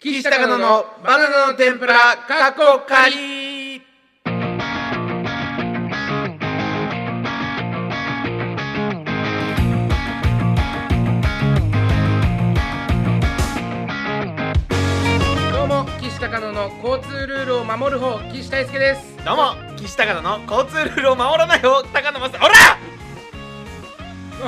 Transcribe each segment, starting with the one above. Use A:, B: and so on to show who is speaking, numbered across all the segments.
A: 岸高野のバナナの天ぷら過去仮どうも岸高野の交通ルールを守る方岸大輔です
B: どうも岸高野の交通ルールを守らない方高野正おら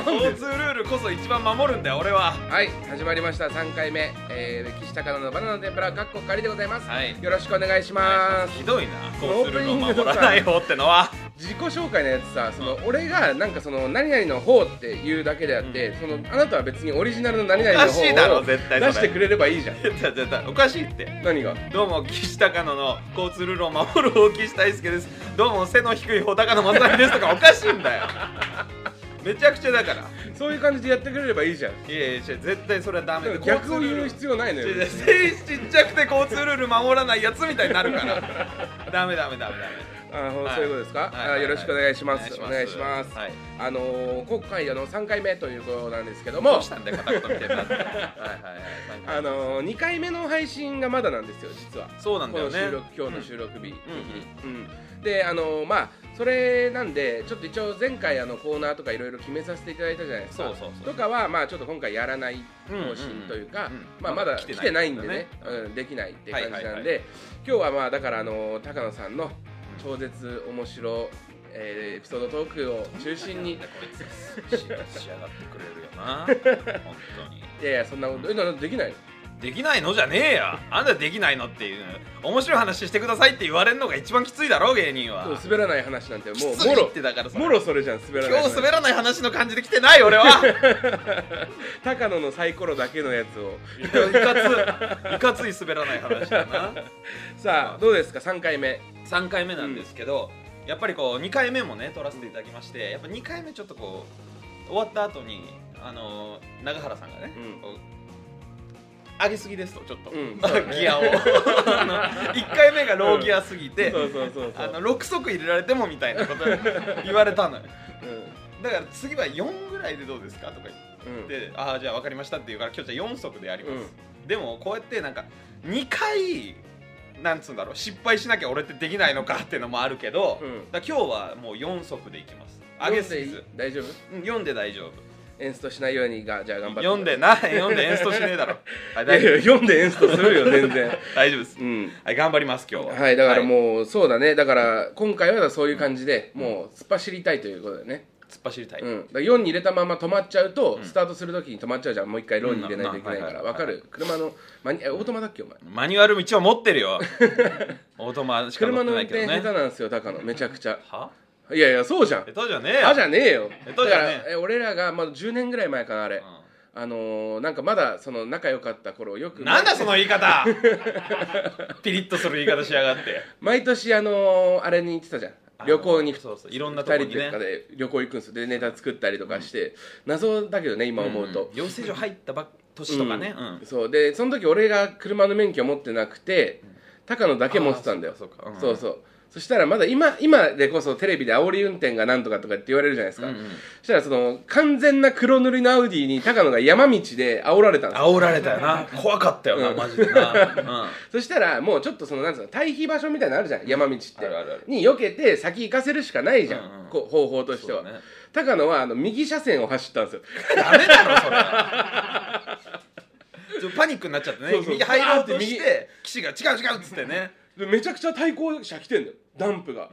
B: 交通ルールこそ一番守るんだよ俺は
A: はい始まりました3回目、えー、岸高野のバナナの天ぷらかっこ仮でございます、
B: はい
A: よろしくお願いします
B: ひどいな
A: この
B: 交通ルールを守らない方ってのは
A: 自己紹介のやつさその、俺がなんかその何々の方っていうだけであって、そのあなたは別にオリジナルの何々の
B: おかしいだ
A: 方
B: ろ
A: を
B: 絶対それ
A: 出してくれればいいじゃん
B: 絶対絶対おかしいって
A: 何が
B: どうも岸高野の交通ルールを守る方岸大輔ですどうも背の低い方高野正です とかおかしいんだよめちゃくちゃだから
A: そういう感じでやってくれればいいじゃん
B: いやいや絶対それはダメ
A: だ
B: で
A: から逆を
B: 交通ルー
A: 言
B: ル
A: う必要ない のよ
B: 違う違う精神ちっちゃくて交通ルール守らないやつみたいになるから ダメダメダメダメ
A: あほん
B: はい
A: そういうことですか、
B: はいはいはい
A: あよろしくお願いしますお
B: お
A: 願
B: 願
A: い
B: い
A: し
B: し
A: ま
B: ますすはい
A: あのー、今回あの3回目ということなんですけど
B: ど
A: も
B: うしたんだよ片言みたいになってはいはいはいなんか
A: あのー、2回目の配信がまだなんですよ実は
B: そうなんだよね
A: この収録今日の収録日的に、うんであのまあそれなんでちょっと一応前回あのコーナーとかいろいろ決めさせていただいたじゃないですか
B: そうそうそう
A: とかはまあちょっと今回やらない方
B: うんうんうん
A: 針というか、
B: うん
A: まあ、まだ来てないんでね
B: うん
A: うん、できないって感じなんで、
B: はいはいはい
A: 今日はまあだからあの高野さんの超絶面白、えーエピソードトークを中心に
B: なんだこいつ 仕上がってくれるよな本当に
A: いやいやそんなことえなできないの
B: できないのじゃねえやあんたできないのっていう面白い話してくださいって言われるのが一番きついだろ芸人は
A: そう滑らない話なんても
B: きつ
A: う
B: い
A: もろ
B: ってだからそれ
A: もろそれじゃん滑らない
B: 今
A: 話
B: 日滑らない話の感じで来てない俺は
A: 高野のサイコロだけのやつを
B: いかついかつい滑らない話 だな
A: さあどうですか3回目
B: 3回目なんですけど、やっぱりこう2回目もね撮らせていただきましてやっぱ2回目ちょっとこう終わった後にあのー永原さんがね、
A: うん
B: こう上げすぎですとちょっと、
A: うん そうだね
B: ギアを1回目がローギアすぎて、
A: そうそうそうそ
B: あ
A: う
B: の6足入れられてもみたいなこと言われたのよ
A: う
B: だから次は4ぐらいでどうですかとか言って。
A: んうん
B: でああじゃあ分かりましたって言うから今日じゃあ4足でやります、でもこうやってなんか2回なんつうんだろう失敗しなきゃ俺ってできないのかっていうのもあるけど、
A: うん
B: だから今日はもう4足でいきます上げすぎず
A: 読んでいい大丈夫
B: うん読んで大丈夫
A: エンストしないようにがじゃあ頑張って
B: 読んでな読んで演奏しね えだろ、はい、大
A: い
B: 丈
A: やい
B: 夫
A: や読んでエンストするよ全 然
B: 大丈夫です、
A: うん
B: はい頑張ります今日
A: はいだからもう、そうだねだから今回はそういう感じで、もう突っ走りたいということだよね、
B: う突っ走りたい、
A: うん、だから4に入れたまま止まっちゃうと、
B: ん
A: スタートするときに止まっちゃうじゃんもう一回ローに入れないといけないか
B: う
A: ら
B: ん
A: わかる車のマニえオートマだっけお前
B: マニュアル道を持って るよオートマしか乗
A: 車
B: って
A: の
B: な
A: 運
B: いけ
A: 転
B: ど
A: 下手
B: ね
A: なんですよ高野めちゃくちゃ
B: はい
A: やいやそうじゃん
B: 下手じゃねえよ
A: あじゃねえよ
B: え
A: だ
B: っ
A: か
B: とじゃねえ
A: らえ俺らがまだ10年ぐらい前かなあれ、あのー、なんかまだその仲良かった頃よく
B: なんだその言い 方ピリッとする言い方しやがって
A: 毎年あのー、あれに行ってたじゃん旅行に
B: そうそういろん
A: 2
B: なとこ
A: 人
B: に
A: で
B: ね
A: とかで旅行行くんですよでネタ作ったりとかして、謎だけどね今思うと、
B: ん養成所入ったばっ年とかね、
A: う
B: うんん
A: そうでその時俺が車の免許持ってなくて、高野だけ持ってたんだよ
B: あーそうかそうかうん
A: そうそうそしたらまだ今今でこそテレビで煽り運転がなんとかとかって言われるじゃないですか、
B: うんうん
A: そしたらその完全な黒塗りのアウディに高野が山道で煽られたんですよ
B: 煽られたよな怖かったよな、
A: うん
B: マジでな、うん
A: そしたらもうちょっとそのなんつうの対比場所みたいなのあるじゃん山道って
B: あるあるある
A: に避けて先行かせるしかないじゃん、
B: うんうん
A: こう方法としては、
B: そうだね
A: 高野はあの右車線を走ったんですよ
B: ダメだろそれちょっとパニックになっちゃってね
A: そうそう
B: 右入ろうとして岸が違う違うっつってね
A: でめちゃくちゃ対向車来てんだよダンプが、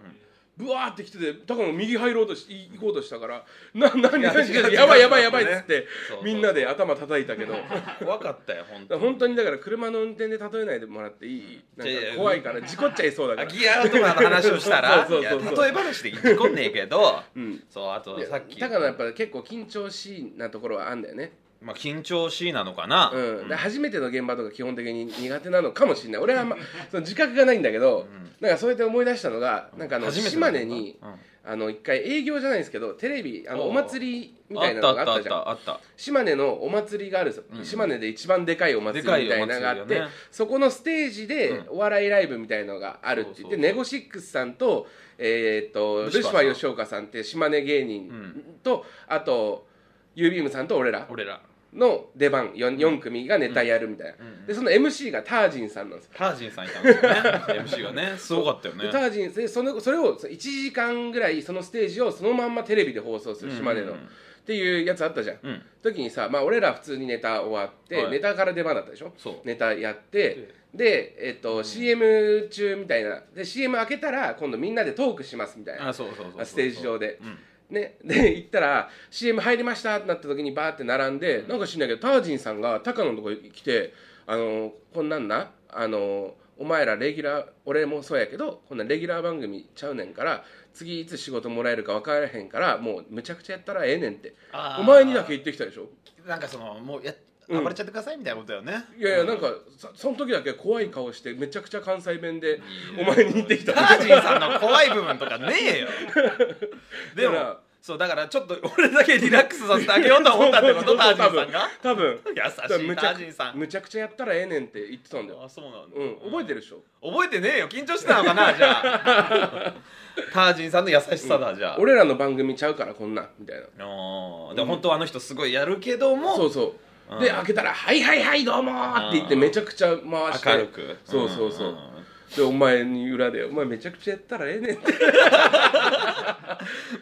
A: ブワーって来てて高野右入ろうとしい行こうとしたから「な何何
B: いや違う
A: 何
B: 違う
A: やばいやばいやばい」っつって
B: そうそう
A: みんなで頭叩いたけ ど。
B: 怖かったよ本当に
A: 本当にだから車の運転で例えないでもらっていいなんか
B: いやいや
A: 怖いから事故っちゃいそうだか
B: あ
A: ら
B: ギアとかの話をしたら
A: そうそうそうそう
B: いや例え話で事故んねえけど、
A: ん
B: そうあと
A: いや
B: さっき
A: 高野やっぱ結構緊張しいなところはあんだよね
B: まあ、緊張しいなのかな、
A: うん、で初めての現場とか基本的に苦手なのかもしれない俺はあんまその自覚がないんだけど、なんかそうやって思い出したのがなんかあの
B: 初めて
A: 島
B: なのか
A: 根に、
B: うん
A: あの一回営業じゃないんですけどテレビあの
B: おう
A: お祭りみた
B: あ
A: い
B: っ
A: な
B: た
A: の
B: あ
A: があった
B: ったあっ
A: じゃん
B: たあった
A: 島根のお祭りがあるんですよ、島根で一番でかいお祭りみたいなのがあっ
B: でか
A: て、
B: いお祭りよね
A: そこのステージでお笑いライブみたいのがあるって言って、
B: そうそう
A: ネゴシックスさんと,、えーっとル
B: ルシ
A: シ
B: ファ
A: フ
B: ーさん
A: ァー吉岡さんって島根芸人
B: ん
A: と、あとユービームさんと俺ら
B: 俺ら
A: の出番 4, 四組がネタやるみたいな、
B: うんうん
A: でその MC がタージンさんなんですよ
B: タージンさんいたんです よね MC がねすごかったよね
A: でタージンでそのそれを1時間ぐらいそのステージをそのまんまテレビで放送する島根の、
B: うんうんうん
A: っていうやつあったじゃん、
B: うん
A: 時にさまあ俺ら普通にネタ終わって、
B: はい
A: ネタから出番だったでしょ
B: そう
A: ネタやってで、えっと CM 中みたいなで CM 開けたら今度みんなでトークしますみたいな
B: あそうそうそうそう
A: ステージ上で
B: うん
A: ね、で行ったら CM 入りましたってなった時にバーって並んで、なんか知んないけどタージンさんが高野のとこ来て「あのこんなんなあのお前らレギュラー俺もそうやけどこんなんレギュラー番組ちゃうねんから次いつ仕事もらえるか分からへんからもうむちゃくちゃやったらええねん」って
B: あー
A: お前にだけ言ってきたでしょ
B: なんかそのもうや
A: うん
B: 暴れちゃってくださいみたいなことだよね、
A: いやいやなんかそその時だけ怖い顔してめちゃくちゃ関西弁でお前に言ってき た
B: タージンさんの怖い部分とかね えよで
A: だから
B: もそうだからちょっと俺だけリラックスさせてあげようと思ったってこ
A: そ
B: と
A: うそ
B: タ
A: う
B: ージンさんが
A: 多分
B: 優しい
A: む
B: タ
A: ちゃ
B: ージンさん
A: むちゃくちゃやったらええねんって言ってたんだよ、
B: あそうなんだ、
A: うん、覚えてるでしょ
B: 覚えてねえよ緊張してたのかなじゃあ タージンさんの優しさだ、じゃあ
A: 俺らの番組ちゃうからこんなんみたいな
B: あーでも本当はあの人すごいやるけども、
A: そうそう、
B: うん
A: で開けたら「はいはいはいどうも」って言って
B: うん
A: めちゃくちゃ回して
B: 明るく
A: そうそうそう、
B: ん
A: でお前に裏で「お前めちゃくちゃやったらええねん」って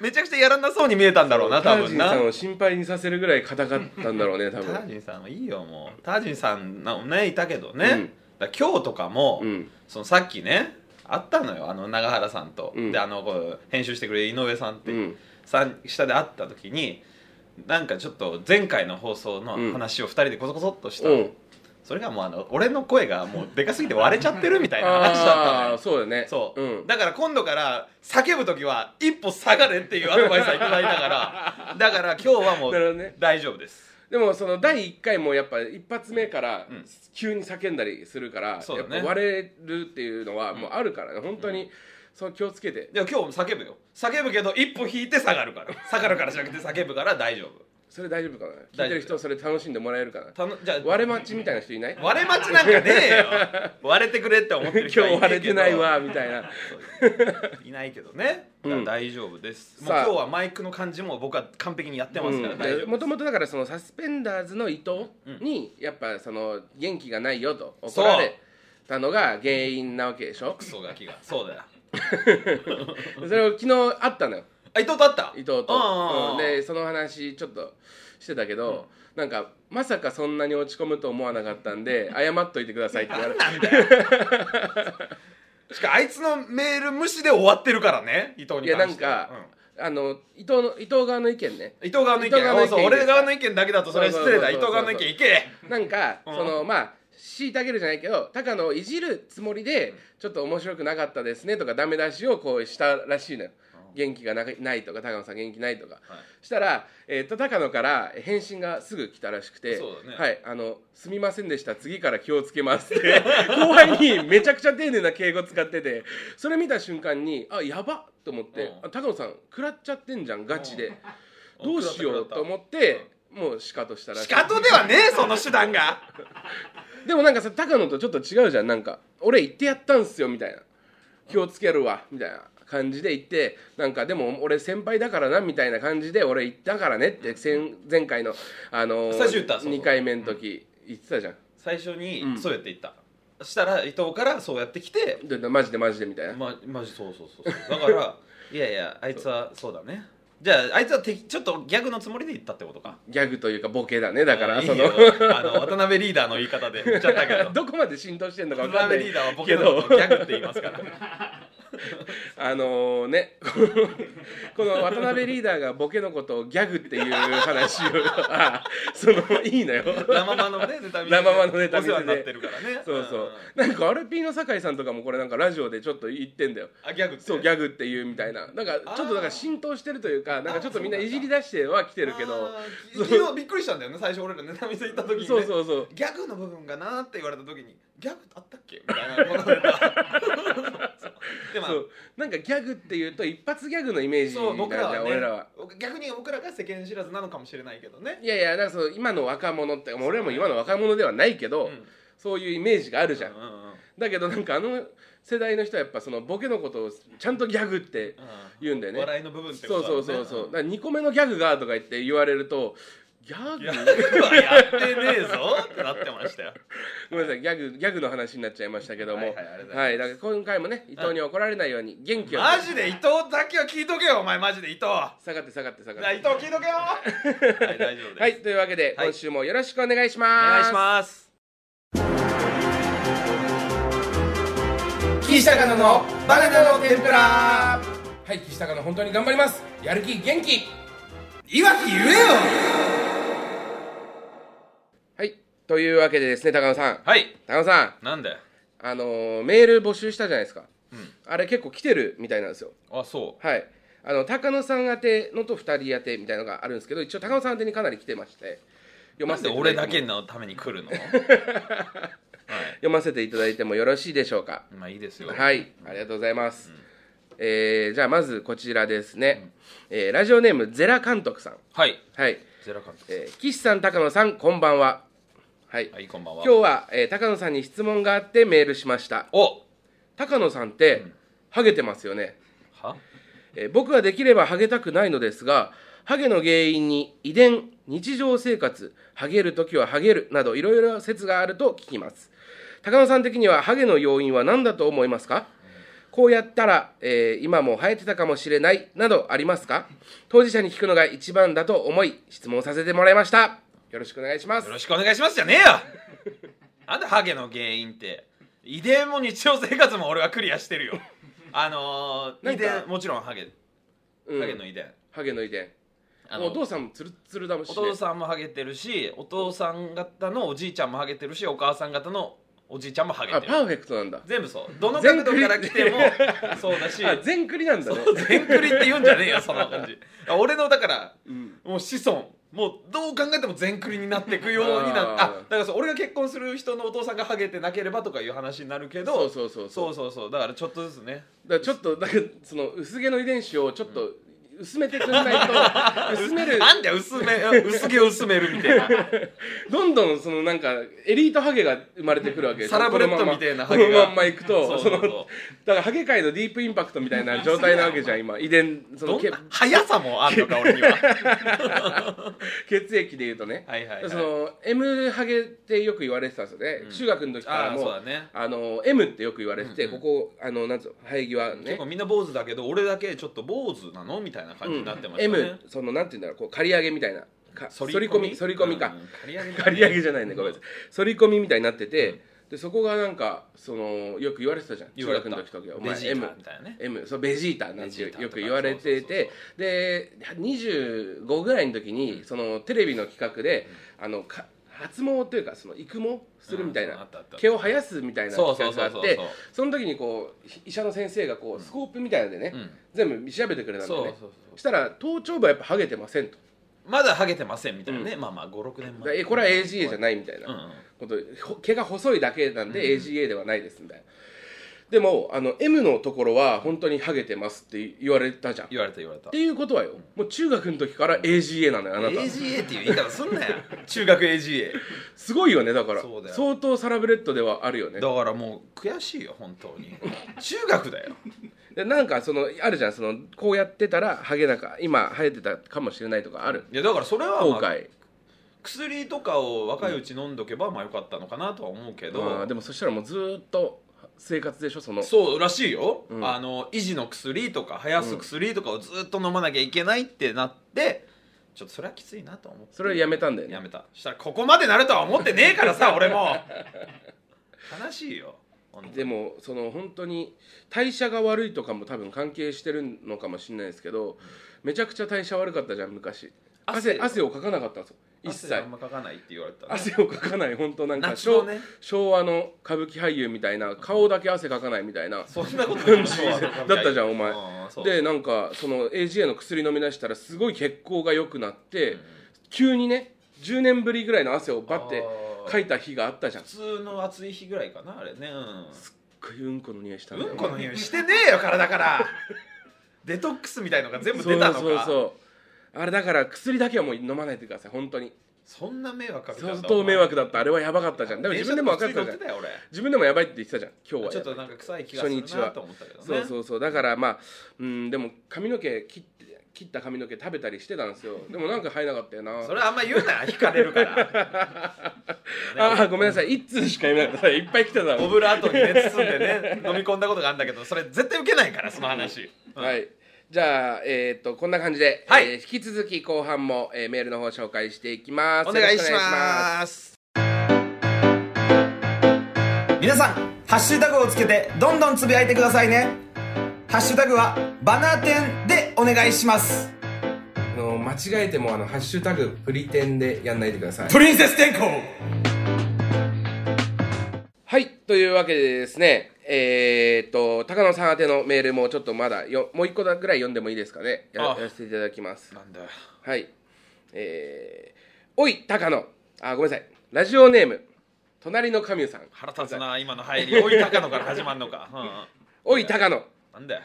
B: めちゃくちゃやらなそうに見えたんだろうな多
A: タージ
B: 分
A: ン
B: な
A: さんを心配にさせるぐらい硬かったんだろうね多
B: ター
A: 分
B: ジンさんはいいよもうタージンさんなねいたけどね、
A: うん
B: だから今日とかも、
A: うん
B: そのさっきねあったのよあの永原さんと、
A: うん
B: であのこう編集してくれる井上さんって、
A: うん
B: さん下で会った時になんかちょっと前回の放送の話を2人でこそこそっとした、
A: うん
B: それがもうあの俺の声がもうでかすぎて割れちゃってるみたいな話だったの
A: ああー
B: よ
A: そうだね
B: そう、
A: うん、
B: だから今度から叫ぶ時は一歩下がれっていうアドバイスをいただいた からだから今日はも
A: なるほ
B: う
A: どね
B: 大丈夫です
A: でもその第1回もやっぱ一発目から
B: うん
A: 急に叫んだりするから、
B: そう
A: や
B: だ
A: っ
B: ね
A: ぱ割れるっていうのはもうあるからね本当に、そう気をつけて
B: でも今日叫ぶよ叫ぶけど一歩引いて下がるから下がるからじゃなくて叫ぶから大丈夫
A: それ大丈夫かな聞いて
B: 大丈夫
A: る人それ楽しんでもらえるかな
B: たのじゃあ
A: 割れ待ちみたいな人いない
B: 割れ待ちなんかねえよ割れてくれって思って
A: 今
B: る
A: 日
B: 人はいねえけど
A: 割れてないわみたいな
B: そういないけどねだから大丈夫です、もう
A: さあ
B: 今日はマイクの感じも僕は完璧にやってますから大丈夫、
A: もともとだからそのサスペンダーズの伊藤にやっぱその元気がないよと怒られたのが原因なわけでしょ
B: クソガキがそうだよ
A: それを昨日あったのよ
B: あ伊藤と会った
A: 伊藤
B: あ
A: と、
B: あ
A: うんでその話ちょっとしてたけど、なんかまさかそんなに落ち込むと思わなかったんで謝っといてくださいって言われて
B: なんだよしかもあいつのメール無視で終わってるからね伊藤
A: い
B: に
A: やな
B: 関
A: ん
B: しては
A: か
B: うん、
A: あの伊藤の伊藤側の意見ね
B: 伊藤側の意
A: 伊藤側の意見
B: 見そう
A: いいです
B: 俺側の意見だけだとそれは失礼だ伊
A: そう
B: 藤
A: そうそうそう
B: 側の意見いけ
A: なんか、
B: うん
A: そのまあ虐げるじゃないけど高野をいじるつもりでちょっと面白くなかったですねとかダメ出しをこうしたらしいのよ元気がなくないとか高野さん元気ないとか、したら、えっと高野から返信がすぐ来たらしくて
B: そうだね
A: はい、あのすみませんでした次から気をつけます」って 後輩にめちゃくちゃ丁寧な敬語使っててそれ見た瞬間にあやばっと思って、
B: うん
A: あ高野さん食らっちゃってんじゃんガチで、
B: うん
A: どうしようと思って、もうシカトしたらし
B: 仕
A: い
B: 方ではねえその手 段が
A: でもなんかさ高野とちょっと違うじゃんなんか俺言ってやったんすよみたいな気をつけるわみたいな感じで言ってなんかでも俺先輩だからなみたいな感じで俺言ったからねって先前回のあの
B: 最初言ったそうそう
A: 2回目の時言ってたじゃん
B: 最初に
A: うん
B: そうやって言った、そしたら伊藤からそうやってきて
A: でマジでマジでみたいな
B: まマジそうそうそうそうだから いやいやあいつはそうだねじゃああいつはてきちょっとギャグのつもりで言ったってことか
A: ギャグというかボケだねだから
B: いい
A: そ
B: よ
A: の
B: あの渡辺リーダーの言い方で言っちゃったけど
A: どこまで浸透してんのか分
B: 渡
A: かんな
B: 辺
A: い
B: リーダーはボ
A: け
B: ケの
A: ど
B: ことをギャグって言いますから
A: あのね この渡辺リーダーがボケのことをギャグっていう話を あそのいいのよ
B: ラママのねネタ見せで
A: ラママのネタ見せで
B: お世話になってるからね
A: そうそ
B: ん
A: う、なんかアルピーの酒井さんとかもこれなんかラジオでちょっと言ってんだよ
B: あギャグって
A: そうギャグっていうみたいななんかちょっとなんか浸透してるというかなんかちょっとみんないじり出しては来てるけど
B: あー
A: そう
B: 昨日びっくりしたんだよね最初俺らネタ見せ行った時に、ね、
A: そうそうそう
B: ギャグの部分がなーって言われた時にギャグあったっけみたいなこのネタそうでも
A: そうなんかギャグっていうと一発ギャグのイメージ
B: そう僕ら
A: なんじゃ、
B: は、ね
A: ん俺らは。
B: 逆に僕らが世間知らずなのかもしれないけどね
A: いやいやなんかその今の若者ってもう俺らも今の若者ではないけど、
B: ん
A: そういうイメージがあるじゃん、
B: うんうんうん
A: だけどなんかあの世代の人はやっぱそのボケのことをちゃんとギャグって言うんだよね
B: 笑いの部分ってこ
A: そ
B: と
A: う
B: だ
A: そ
B: もん
A: う
B: ね
A: そうそうだから2個目のギャグがとか言って言われるとギャグ
B: ギャグはやってねえぞってなってましたよ。
A: ごめんなさいギャグギャグの話になっちゃいましたけども
B: は
A: はいい、
B: はいありがとうござい
A: だから今回もね伊藤に怒られないように元気を
B: マジで伊藤だけは聞いとけよ、お前マジで伊藤。な
A: 下がって下がって下が
B: あ伊
A: って
B: 藤聞いとけよ。はい、大丈夫です。
A: はいというわけで、
B: はい
A: 今週もよろしくお願いし
B: お
A: ます
B: 願いします。
A: す岸高野のバナナの天ぷらはい岸高野本当に頑張りますやる気元気
B: いわき言えよ。
A: はいというわけでですね高野さん
B: はい。
A: 高野さん
B: なんで。
A: あのーメール募集したじゃないですか、
B: うん
A: あれ結構来てるみたいなんですよ
B: あ、そ
A: はいあの高野さん宛てのと2人宛てみたいなのがあるんですけど一応高野さん宛てにかなり来てまして
B: う。
A: 読
B: な
A: ま
B: ん
A: せ
B: で
A: ていた
B: 俺
A: だ
B: だ
A: いて
B: け
A: も
B: のために 来るの。はい。
A: 読ませていただいてもよろしいでしょうか
B: まあ、いいですよ。
A: はいありがとうございます、えーじゃあまずこちらですね、えーラジオネームゼラ監督さん
B: はい。
A: はい、
B: ゼラ監督。
A: えー岸さん高野さんこんばんははい、
B: はい、こんばんは。
A: 今日は、えー高野さんに質問があってメールしました
B: お。
A: 高野さんって、ハゲてますよね
B: は。
A: えー僕はできればハゲたくないのですがハゲの原因に遺伝日常生活ハゲる時はハゲるなどいろいろな説があると聞きます高野さん的にはハゲの要因は何だと思いますかこうやったら、えー今も生えてたかもしれないなどありますか当事者に聞くのが一番だと思い質問させてもらいましたよろしくお願いします
B: よろしくお願いしますじゃねえよなんでハゲの原因って遺伝も日常生活も俺はクリアしてるよあの
A: な
B: ー、遺
A: んか
B: 伝もちろんハゲ
A: うん
B: ハゲの遺伝、
A: ハゲの遺伝
B: あの
A: お父さんもツルッツルだもんし、
B: お
A: ね、
B: 父さんもハゲてるしお父さん方のおじいちゃんもハゲてるしお母さん方のおじいちゃんもハゲ
A: あ
B: て
A: パ
B: る
A: ーフェクトなんだ
B: 全部そうどの角度から来ても
A: 全
B: そうだし
A: あ全クリなんだね
B: 全クリって言うんじゃねえよそんな感じあ 俺のだからもう子孫もうどう考えても全クリになっていくようになっ
A: あー
B: あだからそう俺が結婚する人のお父さんがハゲてなければとかいう話になるけど
A: そうそうそうそう
B: そうそうそうだからちょっとずつね
A: だからちょっとだからその薄毛の遺伝子をちょっと薄めてくんない と薄める
B: なんで薄め薄毛を薄めるみたいな
A: どんどんそのなんかエリートハゲが生まれてくるわけでしょ
B: サラブレッドみたいなハ
A: この
B: ゲ
A: まんまこのま
B: が
A: んまいくと
B: そ
A: そう
B: そう
A: の
B: そう
A: だからハゲ界のディープインパクトみたい な状態なわけじゃん今遺伝その
B: どん
A: け
B: な速さもあんのか俺には
A: 血液でいうとね
B: はいはい、はい、
A: その M ハゲってよく言われてたんですよね、中学の時から
B: あー
A: も
B: そう
A: あ
B: だね
A: の M ってよく言われてて、ここあのなんつうの生え際ね
B: 結構みんな坊主だけど俺だけちょっと坊主なのみたいな感じになってましたね、
A: M そのなんて言うんだろうこう刈り上げみたいなか反り込み反り込みか、
B: うん刈り上げだね
A: 刈り上げじゃないねごめんなさい反り込みみたいになってて、でそこがなんかそのよく言われてたじゃん
B: 言
A: 中
B: われ
A: 学
B: た
A: の時とかお
B: ベ
A: 前
B: ジー
A: M
B: タみたいなね
A: M そうベジータなんて
B: ベジータとか
A: よく言われててで25ぐらいの時に、そのテレビの企画で、あのか発毛というかその育毛するみたい
B: うんあ
A: な
B: ったあった
A: 毛を生やすみたいな
B: そう
A: 企
B: そう
A: 画が
B: そ
A: あ
B: うそう
A: ってその時にこう医者の先生がこうスコープみたいなのでね、
B: うん
A: 全部調べてくれたんだ
B: そ
A: よ
B: うそ
A: ね
B: うそう
A: したら頭頂部はやっぱハゲてませんと
B: まだハゲてませんみたいなね、まあまあ56年
A: だから
B: 前
A: えこれは AGA じゃないみたいな
B: うんうん
A: ことほ毛が細いだけなんで AGA ではないですみたいな、でもあの M のところは本当にハゲてますって言われたじゃんっ
B: 言われた言われた
A: ていうことはよもう中学の時から AGA なのよあなた
B: AGA っていう言い方すんなよ中学 AGA
A: すごいよねだから
B: そうだよ
A: 相当サラブレッドではあるよね
B: だからもう悔しいよ本当に中学だよ
A: でなんかそのあるじゃんそのこうやってたらハゲなんか今生えてたかもしれないとかある
B: いやだからそれは、
A: 後
B: まあ、
A: 悔
B: 薬とかを若いうち飲んどけばまあよかったのかなとは思うけど、
A: あーでもそしたらもうずーっと生活でしょその
B: そうらしいよ、
A: うん
B: あの維持の薬とか生やす薬とかをずっと飲まなきゃいけないってなってちょっとそれはきついなと思って
A: それはやめたんだよね
B: やめたしたらここまでなるとは思ってねえから さ俺も悲しいよほんと
A: でもその本当に代謝が悪いとかも多分関係してるのかもしれないですけどめちゃくちゃ代謝悪かったじゃん昔
B: 汗
A: 汗汗をかかなかったんですよ一
B: 汗
A: 切
B: あんまかかないって言われたね
A: 汗をかかない本当なんか
B: 夏のね
A: 昭和の歌舞伎俳優みたいな顔だけ汗かかないみたいな
B: そんなことない
A: だったじゃんお前
B: うんそう
A: でなんかその AGA の薬飲み出したらすごい血行が良くなって急にね10年ぶりぐらいの汗をバッて
B: あー
A: かいた日があったじゃん
B: 普
A: す
B: 通の暑い日ぐらいかなあれねう
A: っごいうんこの匂いしたん
B: ん
A: だよ
B: うんこの匂いしてねえよ 体からデトックスみたいのが全部出たのか
A: そうそうそうあれだから薬だけはもう飲まないでください本当に
B: そんな迷惑かけたんだ
A: 相当迷惑だ
B: っ
A: ったあれはやばかったじゃんでも自分でも分かってたじゃん
B: よ
A: 自分でもやばいって言ってたじゃん今日
B: 俺
A: は
B: ちょっとなんか臭い気がするなと思ったけどね
A: そうそうそうだからまあうんでも髪の毛切って切った髪の毛食べたりしてたんですよでもなんか生えなかったよな
B: それあんま言うな引かれるから
A: ああごめんなさい一通しか言えなかったいっぱい来てた
B: オブラートにね包んでね飲み込んだことがあるんだけどそれ絶対受けないからその話、うん
A: はい。じゃあ、えっ、と、こんな感じで、
B: はい
A: えー引き続き後半も、えーメールの方紹介していきます。
B: お願いし
A: よろ くお願いし
B: ます
C: 皆さんハッシュタグをつけてどんどんつぶやいてくださいねハッシュタグはバナー店でお願いします
A: ます。あの、間違えても、あの、ハッシュタグ、プリテンでやんないでください。
C: プリンセス天候
A: はい。というわけでですね、えっ、と、高野さん宛てのメールもちょっとまだよ、もう一個だぐらい読んでもいいですかね。や
B: あ
A: やらせていただきます。
B: なんだよ
A: はい。えー、おい、高野。あ、ごめんなさい。ラジオネーム、隣の神さん。
B: 腹立つな今の入りおい高野から始まるのか、うんうん
A: おい、高野。
B: なんだよ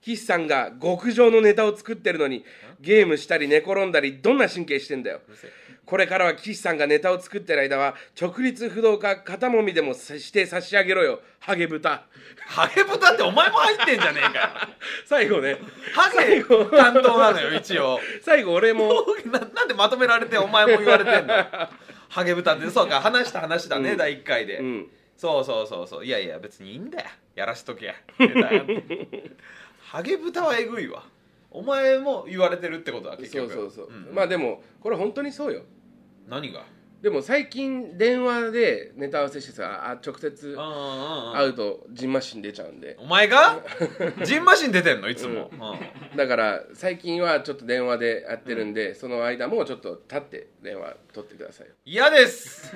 A: 岸さんが極上のネタを作ってるのにゲームしたり寝転んだりどんな神経してんだよ
B: せえ
A: これからは岸さんがネタを作ってる間は直立不動か肩もみでもして差し上げろよハゲ豚
B: ハゲ豚ってお前も入ってんじゃね えかよ
A: 最後ね
B: ハゲ担当なのよ一応
A: 最後俺も
B: ななんでまとめられてお前も言わ れてんのハゲ豚ってそうか話した話だね、第1回で、
A: うん
B: そうそうそうそういやいや別にいいんだよやらしとけ やネタやハゲ豚はえぐいわお前も言われてるってことだ結
A: そ
B: 局
A: うそうそう、
B: ん
A: まあでもこれ本当にそうよ
B: 何が
A: でも最近電話でネタ合わせしてさあ直接
B: うんうんうん
A: 会うとじんましん出ちゃうんで
B: お前がジンマシン出てんのいつも、うん
A: だから最近はちょっと電話でやってるんで、その間もちょっと立って電話取ってくださいよ
B: 嫌です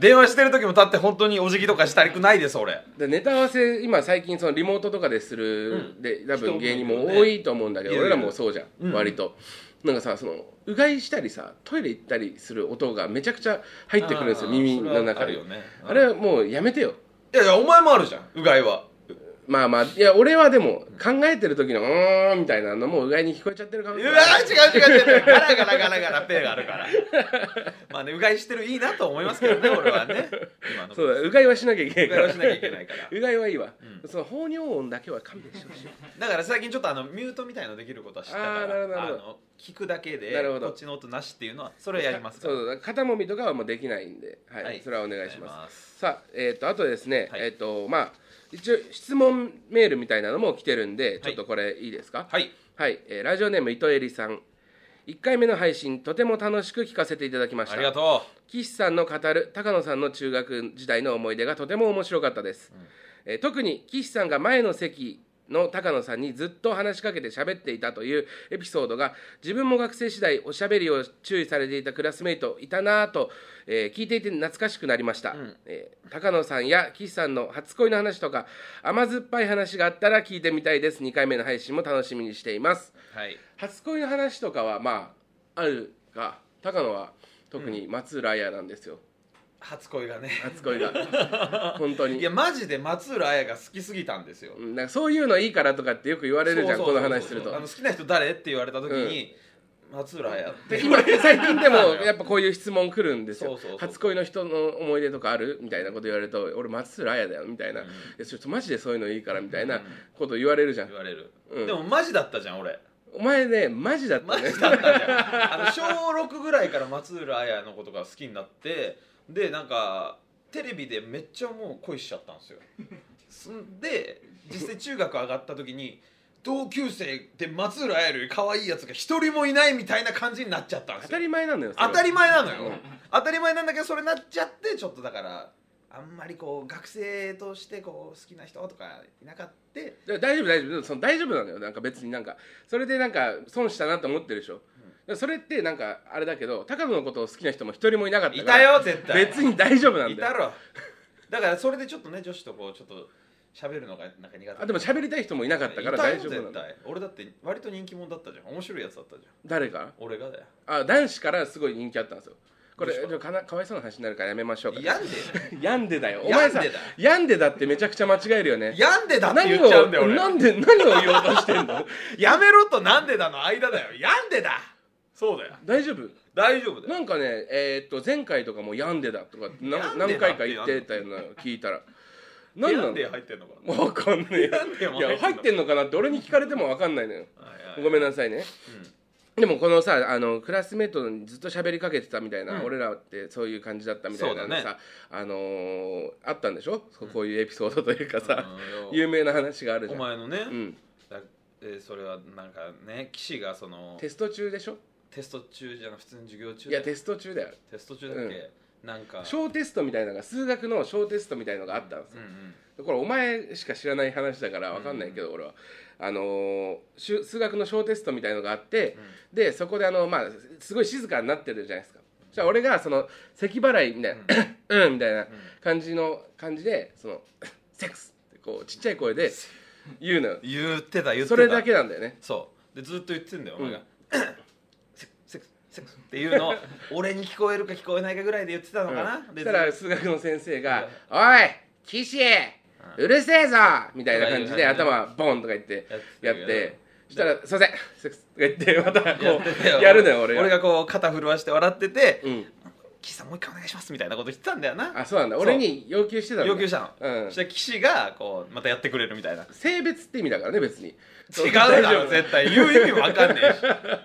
B: 電話してる時も立って本当にお辞儀とかしたくないです俺
A: でネタ合わせ今最近そのリモートとかでする、で多分芸人も多いと思うんだけど、
B: いるい
A: 俺
B: る
A: らもそうじゃん、
B: うん
A: 割となんかさそのうがいしたりさトイレ行ったりする音がめちゃくちゃ入ってくるんですよ
B: あー
A: 耳の
B: それはあ
A: 中
B: る
A: に
B: よねうん
A: あれはもうやめてよ
B: いやいやお前もあるじゃんうがいは
A: まあまあいや俺はでも考えてる時の「うーん」みたいなのもうがいに聞こえちゃってるかも
B: うわー違う違う違うガラガラガラガラペーがあるからまあねうがいしてるいいなと思いますけどね俺はね今の
A: そうだうがいはしなきゃいけ
B: う
A: な
B: が
A: い
B: い
A: か
B: は
A: ら
B: しなきゃいけないから
A: うがいはいいわ、その放尿音だけは勘弁してほしい
B: だから最近ちょっとあのミュートみたいのできることは知ったから
A: あーなるほどなるほど
B: の聞くだけで
A: なるほど
B: こっちの音なしっていうのはそれはやりますか
A: そ
B: ら
A: うそう肩もみとかはもうできないんで、はい
B: はい
A: それはお願いし
B: お願いし
A: ま
B: ますす
A: さあ、えー、とあとですね、
B: はい
A: えっ、とまあ一応質問メールみたいなのも来てるんでちょっとこれいいですか
B: はい
A: はい、えーラジオネーム伊藤恵里さん1回目の配信とても楽しく聞かせていただきました
B: ありがとう
A: 岸さんの語る高野さんの中学時代の思い出がとても面白かったです、えー特に岸さんが前の席の高野さんにずっと話しかけて喋っていたというエピソードが自分も学生時代おしゃべりを注意されていたクラスメイトいたなぁと、えー聞いていて懐かしくなりました、えー高野さんや岸さんの初恋の話とか甘酸っぱい話があったら聞いてみたいです2回目の配信も楽しみにしています
B: はい
A: 初恋の話とかはまああるが高野は特に松浦綾なんですよ、
B: 初恋がね
A: 初恋が 本当に
B: いやマジで松浦綾が好きすぎたんですよ
A: うんなんかそういうのいいからとかってよく言われるじゃん
B: そうそうそう
A: この話すると
B: あの好きな人誰って言われた時に、松浦綾って
A: 今最近 でもやっぱこういう質問来るんですよ
B: そうそうそう
A: 初恋の人の思い出とかあるみたいなこと言われると俺松浦綾だよみたいな、いやちょっとマジでそういうのいいからみたいなこと言われるじゃん、
B: 言われる、
A: うん
B: でもマジだったじゃん俺
A: お前ねマジだった
B: マ
A: ね
B: ジだったじゃんあの小6ぐらいから松浦綾のことが好きになってでなんかテレビでめっちゃもう恋しちゃったんですよそんで実際中学上がった時に同級生で松浦綾より可愛いやつが一人もいないみたいな感じになっちゃったんで
A: 当
B: す
A: た
B: よ
A: り前なんだよそれ
B: 当たり前なのよ、当たり前なんだけどそれなっちゃってちょっとだからあんまりこう学生としてこう好きな人とかいなかった
A: だから大丈夫大丈夫その大丈夫なのよなんか別になんかそれでなんか損したなと思ってるでしょ、だからそれってなんかあれだけど高野のことを好きな人も一人もいなかっ
B: い
A: たか
B: た
A: ら
B: よ絶対
A: 別に大丈夫なん
B: い
A: だ
B: た
A: よ
B: ろだからそれでちょっとね女子とこうちょっと喋るのがなんか苦手
A: あでも喋りたい人もいなかったから
B: い
A: 大
B: よ
A: 丈夫なん
B: 絶
A: だよ
B: 対俺だって割と人気者だったじゃん面白いやつだったじゃん
A: 誰か
B: 俺がだよ
A: あ男子からすごい人気あったんですよこれ
B: どうし
A: かなかわいそうな話になるからやめましょうか
B: 病んで
A: 病んでだよお前さ
B: 病んでだ
A: 病んでだってめちゃくちゃ間違えるよね
B: 病んでだって
A: 何
B: 言っちゃうんだよ
A: を
B: 俺
A: なんで何を言おうとしてんの
B: やめろとなんでだの間だよ病んでだそうだよ
A: 大丈夫
B: 大丈夫だよ
A: なんかね、えーっと前回とかも病んでだとかな
B: 病ん
A: 何
B: でだ
A: 回
B: って
A: か言ってたようなの聞いたら何な
B: なん
A: の
B: で入ってんのかな
A: わかんねえ
B: なんでお
A: い
B: 前
A: や入ってんのかなって俺に聞かれてもわかんないのよ
B: はいはい
A: ごめんなさいねでもこのさあのクラスメートにずっと喋りかけてたみたいな、
B: うん
A: 俺らってそういう感じだったみたいな
B: そう
A: の
B: だ
A: さ、
B: ね
A: あのーあったんでしょ、そうこういうエピソードというかさ、
B: う ん
A: 有名な話があるじ
B: お
A: ゃん、
B: 前のね、
A: うん、
B: だえーそれはなんかね岸がその
A: テスト中でしょ
B: テスト中じゃなく普通に授業中
A: い
B: だ
A: や
B: よ
A: テスト中だよ
B: テスト中だっけ、なんか
A: 小テストみたいなのが数学の小テストみたいのがあったんです
B: う
A: よ
B: ん、うん
A: これお前しか知らない話だからわかんないけど、俺はあのーしゅ数学の小テストみたいのがあって、でそこであのまあすごい静かになってるじゃないですかじゃあ俺がその咳払いみたいな「 うん」みたいな感じの感じでその 「セックス」ってこうちっちゃい声で言うのよ
B: 言ってた言ってた
A: それだけなんだよね
B: そうでずっと言ってんだよお前が、
A: うん
B: セクセクセクっていう のを俺に聞こえるか聞こえないかぐらいで言ってたのかな、
A: うんそ
B: で
A: したら
B: ず
A: 数
B: っ
A: 学の先生が「おい岸
B: うん
A: うるせえぞ!」みたいな感じで
B: はいはいはい
A: 頭ボンとか言ってや
B: や
A: っ
B: ってて
A: そしたら「すいません!」セックスとか言ってまた
B: とや
A: こ
B: ってたよ
A: うやるのよ俺
B: 俺がこう肩震わして笑ってて
A: うん
B: 「岸さんもう一回お願いします」みたいなこと言ってたんだよな
A: あそうなんだ
B: そう
A: 俺に要求してたの
B: 要求したの、
A: うん
B: そしたら岸がこうまたやってくれるみたいな
A: 性別って意味だからね別に
B: 違う
A: 大
B: だ
A: 丈
B: ろ
A: 夫
B: 絶対言う意味も分かんね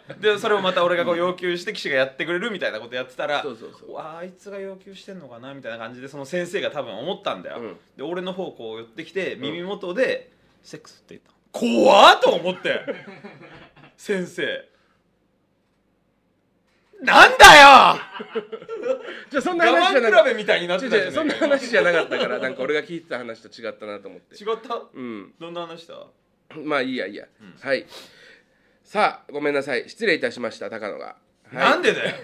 B: えしでそれをまた俺がこう要求して岸がやってくれるみたいなことやってたら
A: そうそうそう
B: わああいつが要求してんのかなみたいな感じでその先生が多分思ったんだよ、
A: うん
B: で俺の方こう寄ってきて耳元で「セックス」って言ったの怖っと思って 先生なんだよ
A: じゃあそんな話じゃな
B: 我慢
A: く
B: 比べみたいになって
A: 違う
B: たじゃ
A: 違うそ
B: ねえ
A: んな
B: か今
A: 話じゃなかったからなんか俺が聞いてた話と違ったなと思って
B: 違った
A: うん
B: どんな話だ
A: まあいいやいいや、はいさあごめんなさい失礼いたしました高野が、はい
B: なんでだよ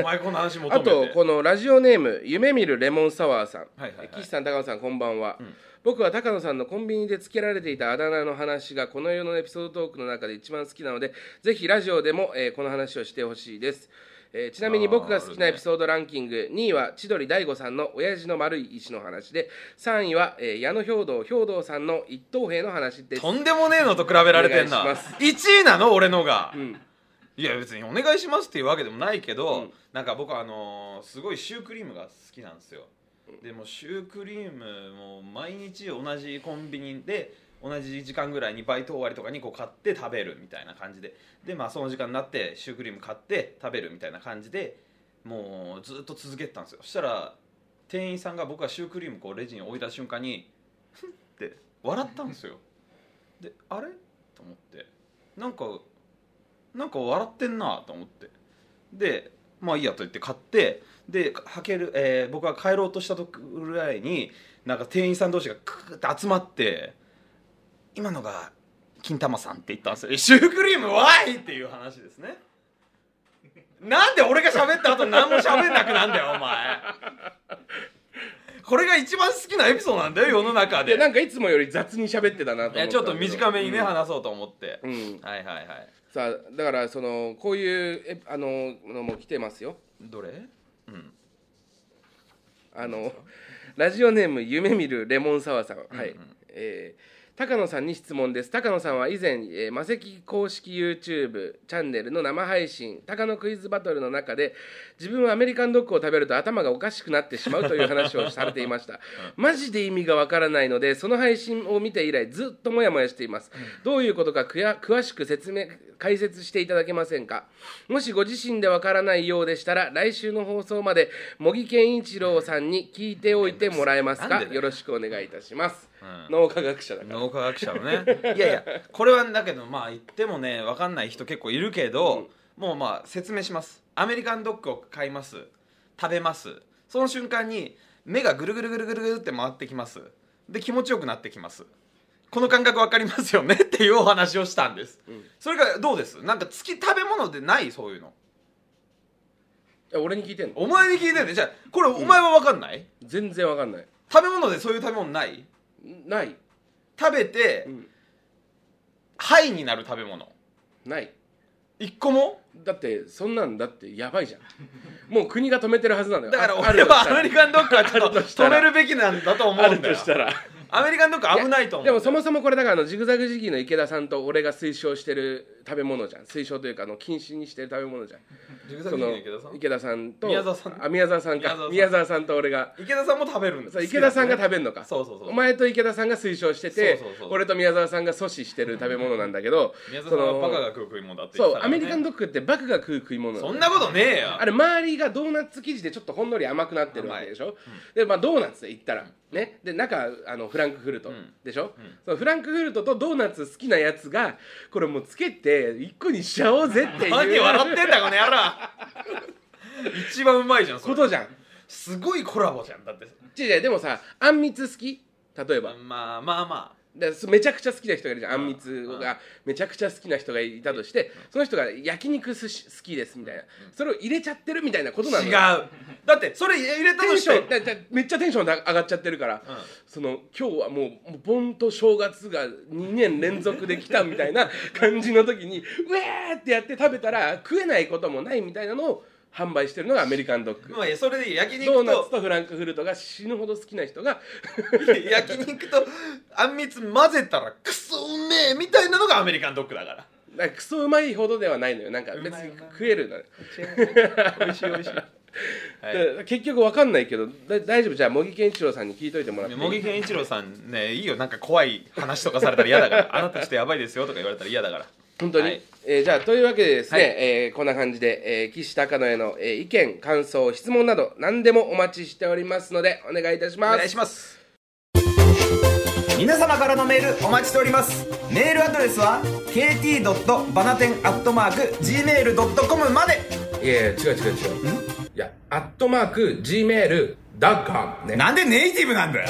B: お前この話求めて
A: あとこのラジオネーム夢見るレモンサワーさん、
B: はいはいはい
A: 岸さん高野さんこんばんは、僕は高野さんのコンビニでつけられていたあだ名の話がこの世のエピソードトークの中で一番好きなのでぜひラジオでも、えーこの話をしてほしいです、えーちなみに僕が好きなエピソードランキング2位は千鳥大悟さんの親父の丸い石の話で3位は、えー矢野兵道兵道さんの一等兵の話です
B: とんでもねえのと比べられてん
A: お
B: な
A: 願いします
B: 1位なの俺のが、
A: ん
B: いや別にお願いしますっていうわけでもないけど、
A: うん
B: なんか僕はあのーすごいシュークリームが好きなんですよでもうシュークリームもう毎日同じコンビニで同じ時間ぐらいにバイト終わりとかにこう買って食べるみたいな感じででまあその時間になってシュークリーム買って食べるみたいな感じでもうずっと続けてたんですよそしたら店員さんが僕がシュークリームこうレジに置いた瞬間にふんって笑ったんですよであれと思ってなんかなんか笑ってんなと思ってでまあいいやと言って買ってではける、えー僕が帰ろうとしたとこぐらいになんか店員さん同士がクーッて集まって「今のが金玉さん」って言ったんですよ「シュークリームわい!」っていう話ですねなんで俺が喋った後何も喋んなくなんだよお前これが一番好きなエピソードなんだよ世の中
A: いや
B: で
A: なんかいつもより雑に喋ってたなと思った
B: いやちょっと短めにね、
A: うん
B: 話そうと思って、
A: うん
B: はいはいはい
A: さあだからそのこういうえあののも来てますよ
B: どれうん
A: あのラジオネーム夢見るレモンサワーさん、はい、えー高野さんに質問です高野さんは以前、えー、マセキ公式 YouTube チャンネルの生配信「高野クイズバトル」の中で自分はアメリカンドッグを食べると頭がおかしくなってしまうという話をされていま した、マジで意味がわからないのでその配信を見て以来ずっとモヤモヤしています、どういうことかくや詳しく説明解説していただけませんかもしご自身でわからないようでしたら来週の放送まで茂木健一郎さんに聞いておいてもらえます
B: なん
A: か
B: でだよ
A: よろしくお願いいたします、
B: うん
A: 脳科学者だから
B: 脳科学者 のねいやいやこれはだけどまあ言ってもね分かんない人結構いるけど、もうまあ説明しますアメリカンドッグを買います食べますその瞬間に目がぐるぐるぐるぐるぐるって回ってきますで気持ちよくなってきますこの感覚分かりますよね っていうお話をしたんです、それがどうですなんか月食べ物でないそういうの
A: え俺に聞いてんの
B: お前に聞いてんねじゃあこれお前は分かんない、
A: 全然わかんない
B: 食べ物でそういう食べ物ない
A: んない
B: 食べて、
A: ん
B: はいになる食べ物
A: ない
B: 一個も
A: だってそんなんだってやばいじゃんもう国が止めてるはずなのよ
B: だから
A: あ
B: 俺はアメリカンドッグはちょっと
A: あるとした
B: 止
A: ら
B: めるべきなんだと思
A: あ
B: う
A: る
B: ん
A: と
B: だよ
A: したらあるとしたら
B: アメリカンドッグ危ないと思う
A: でもそもそもこれだからあのジグザグジギーの池田さんと俺が推奨してる食べ物じゃん推奨というかあの禁止にしてる食べ物じゃん
B: ジグザ
A: そ
B: グジギ
A: の
B: ーの池田
A: 池田さ
B: さん
A: んと
B: 宮沢さん
A: あ宮沢さん
B: 宮
A: か
B: 沢さん
A: 宮沢さんと俺が
B: 池田さんも食べるんです
A: そう池田さんが食べるのか
B: そうそうそう
A: お前と池田さんが推奨してて
B: そうそうそう
A: 俺と宮沢さんが阻止してる食べ物なんだけど
B: 宮沢さ
A: そ
B: んは
A: の
B: バカが食う食い物だって言っ
A: そ
B: て
A: うア
B: たからね
A: メリカンドッグってバカが食う食い物なの
B: そんなことねえよ
A: あれ周りがドーナツ生地でちょっとほんのり甘くなってるわけでしょ、でまあドーナツで言ったらねで中あのフランクフルト
B: ん
A: でしょ、そのフランクフルトとドーナツ好きなやつがこれもうつけて一個にしちゃおうぜ っていう
B: 何笑ってんだこの野郎一番うまいじゃんそ
A: こ
B: れ
A: とじゃん
B: すごいコラボじゃんだって
A: ちいちゃいでもさあんみつ好き例えば
B: まあまあま
A: ですめちゃくちゃ好きな人がいるじゃんあんみつ
B: うん
A: がめちゃくちゃ好きな人がいたとしてその人が焼肉寿司好きですみたいなそれを入れちゃってるみたいなことな
B: あ
A: の
B: 違う
A: よ
B: だってそれ入れた
A: テ
B: と
A: ン
B: し
A: ション
B: て
A: だだめっちゃテンション上がっちゃってるから、その今日はもうもう盆と正月が2年連続で来たみたいな 感じの時にうえーってやって食べたら食えないこともないみたいなのを販売してるのがアメリカンドッグ。
B: まあいやそれでいい焼肉
A: ドーナツ
B: と
A: とフランクフルトが死ぬほど好きな人が
B: 焼肉とあんみつ混ぜたらクソうめえみたいなのがアメリカンドッグだから
A: なんかクソうまいほどではないのよなんか別に食えるのよ
B: 美味しい美味しい
A: で結局わかんないけどだ大丈夫じゃあ茂木健一郎さんに聞いといてもらっていい
B: 茂木健一郎さんねいいよなんか怖い話とかされたら嫌だからあなたしてやばいですよとか言われたら嫌だから
A: 本当に、
B: はい
A: えーじゃあというわけでですね、
B: はい
A: えーこんな感じで、えー岸高野への、えー意見感想質問など何でもお待ちしておりますのでお願いいたし
B: お
A: ま
B: 願い
A: す
B: します
C: 皆様からのメールお待ちしておりますメールアドレスは kt. バナテン .gmail.com まで
A: いやいや違う違う違ういやアットマーク Gmail ダッカンね
C: なんでネイティブなんだよ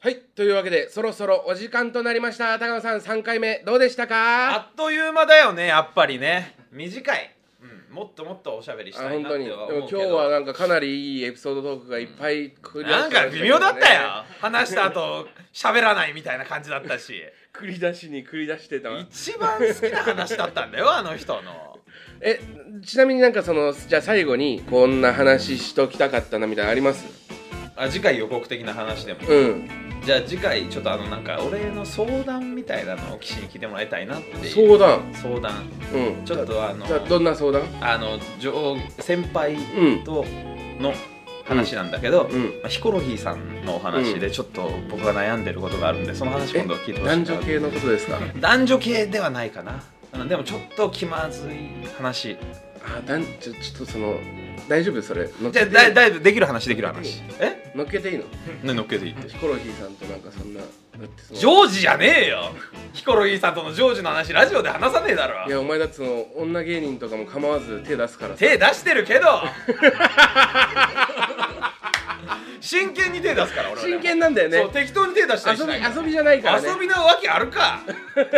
A: はいというわけでそろそろお時間となりました高野さん3回目どうでしたか
B: あっという間だよねやっぱりね短い、うん、もっともっとおしゃべりし
A: あ
B: た
A: 本
B: いな
A: 当
B: って
A: にで
B: は
A: も
B: 思う
A: 今
B: け
A: 日
B: ど
A: はなんかかなりいいエピソードトークがいっぱい繰り出
B: なんか微妙だったよ 話した後喋らないみたいな感じだったし
A: 繰り出しに繰り出してたわ
B: 一番好きな話だったんだ よあの人の
A: えちなみになんかそのじゃあ最後にこんな話しときたかったなみたいなのあります
B: あ次回予告的な話でも
A: うん
B: じゃあ次回ちょっとあのなんか俺の相談みたいなのを岸に聞いてもらいたいなっていう
A: 相談
B: 相談
A: うん
B: ちょっとあの
A: じゃあどんな相談
B: あの上先輩
A: うん
B: との話なんだけど、
A: うん
B: まあ、ヒコロヒーさんのお話でちょっと僕が悩んでることがあるんでその話今度聞いてほしい
A: 男
B: な
A: 女系のことですか
B: 男女系ではないかなうんでもちょっと気まずい話
A: あ男ちょちょっとその大丈夫それ乗っ
B: じゃ
A: け
B: あ
A: て
B: だだいぶできる話できる話え
A: 乗っけていいの
B: ね乗っけていいって
A: ヒコロヒーさんとなんかそんなだってその
B: ジョージじゃねえよヒコロヒーさんとのジョージの話ラジオで話さねえだ
A: い
B: ろ
A: やお前だってその女芸人とかも構わず手出すからさ
B: 手出してるけど真剣に手出すから俺はでも
A: 真剣なんだよね
B: そう適当に手出したりし
A: 遊
B: ないから
A: び遊びじゃないからね
B: 遊びなわけあるか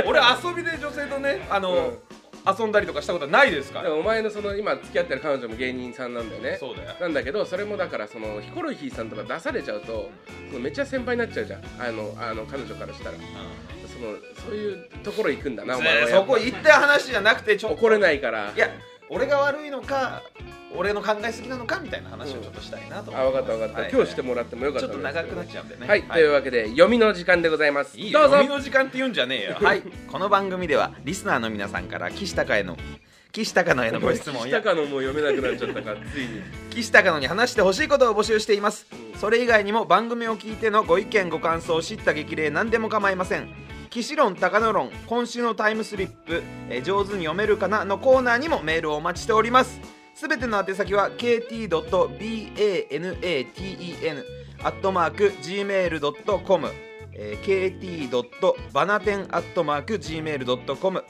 B: 俺遊びで女性とねあの、
A: うん
B: 遊んだりとかしたことはないですか
A: で
B: ら
A: もお前のその今付き合ってる彼女も芸人さんなんだよね
B: そうだよ
A: なんだけどそれもだからそのヒコロヒーさんとか出されちゃうとそのめっちゃ先輩になっちゃうじゃんあのあの彼女からしたらそのそういうところ行くんだなお前は
B: そこ行った話じゃなくてちょっと
A: 怒れないから
B: いや俺が悪いのか俺の考えすぎなのかみたいな話をちょっとしたいなと思
A: あ
B: い
A: 分か
B: ま
A: っ
B: す
A: た分かった、
B: はい
A: 今日してもらってもよかっ
B: ち
A: た
B: ょっと長くなっちゃうんでね
A: はい、というわけで読みの時間でございますどうぞ
B: 読みの時間って言うんじゃねえよはいこの番組ではリスナーの皆さんから岸高への岸高野へのご質問
A: し
B: や
A: たかのもう読めなくなっちゃったからついに
B: 岸高野に話してほしいことを募集していますそれ以外にも番組を聞いてのご意見ご感想知った激励何でも構いません岸論高野論今週のタイムスリップ、えー上手に読めるかなのコーナーにもメールをお待ちしておりますすべての宛先は kt.banaten アットマーク gmail.com、えー、kt.banaten.gmail.com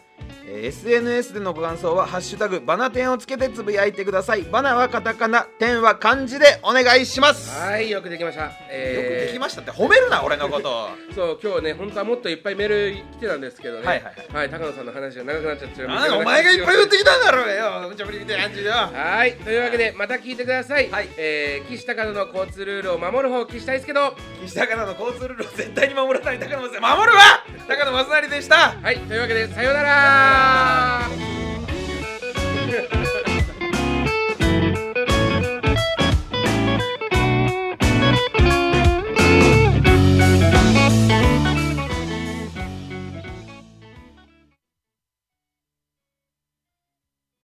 B: えー SNS でのご感想は「ハッシュタグバナテン」をつけてつぶやいてくださいバナはカタカナテンは漢字でお願いします
A: はいよくできました、
B: よく
A: え
B: できましたって褒めるな俺のことを
A: ーそう今日ね本当はもっといっぱいメール来てたんですけどね
B: はいはいはい
A: 高野さんの話が長くなっちゃってる
B: なんだお前がいっぱい言ってきたんだろうよ無茶ぶりみたいな感じでよ
A: はいというわけでまた聞いてください、
B: はい
A: えー、岸高野の交通ルールを守る方岸大輔と
B: 岸高野の交通ルールを絶対に守らない高野正成守るわ高野正成でした
A: はいというわけでさようなら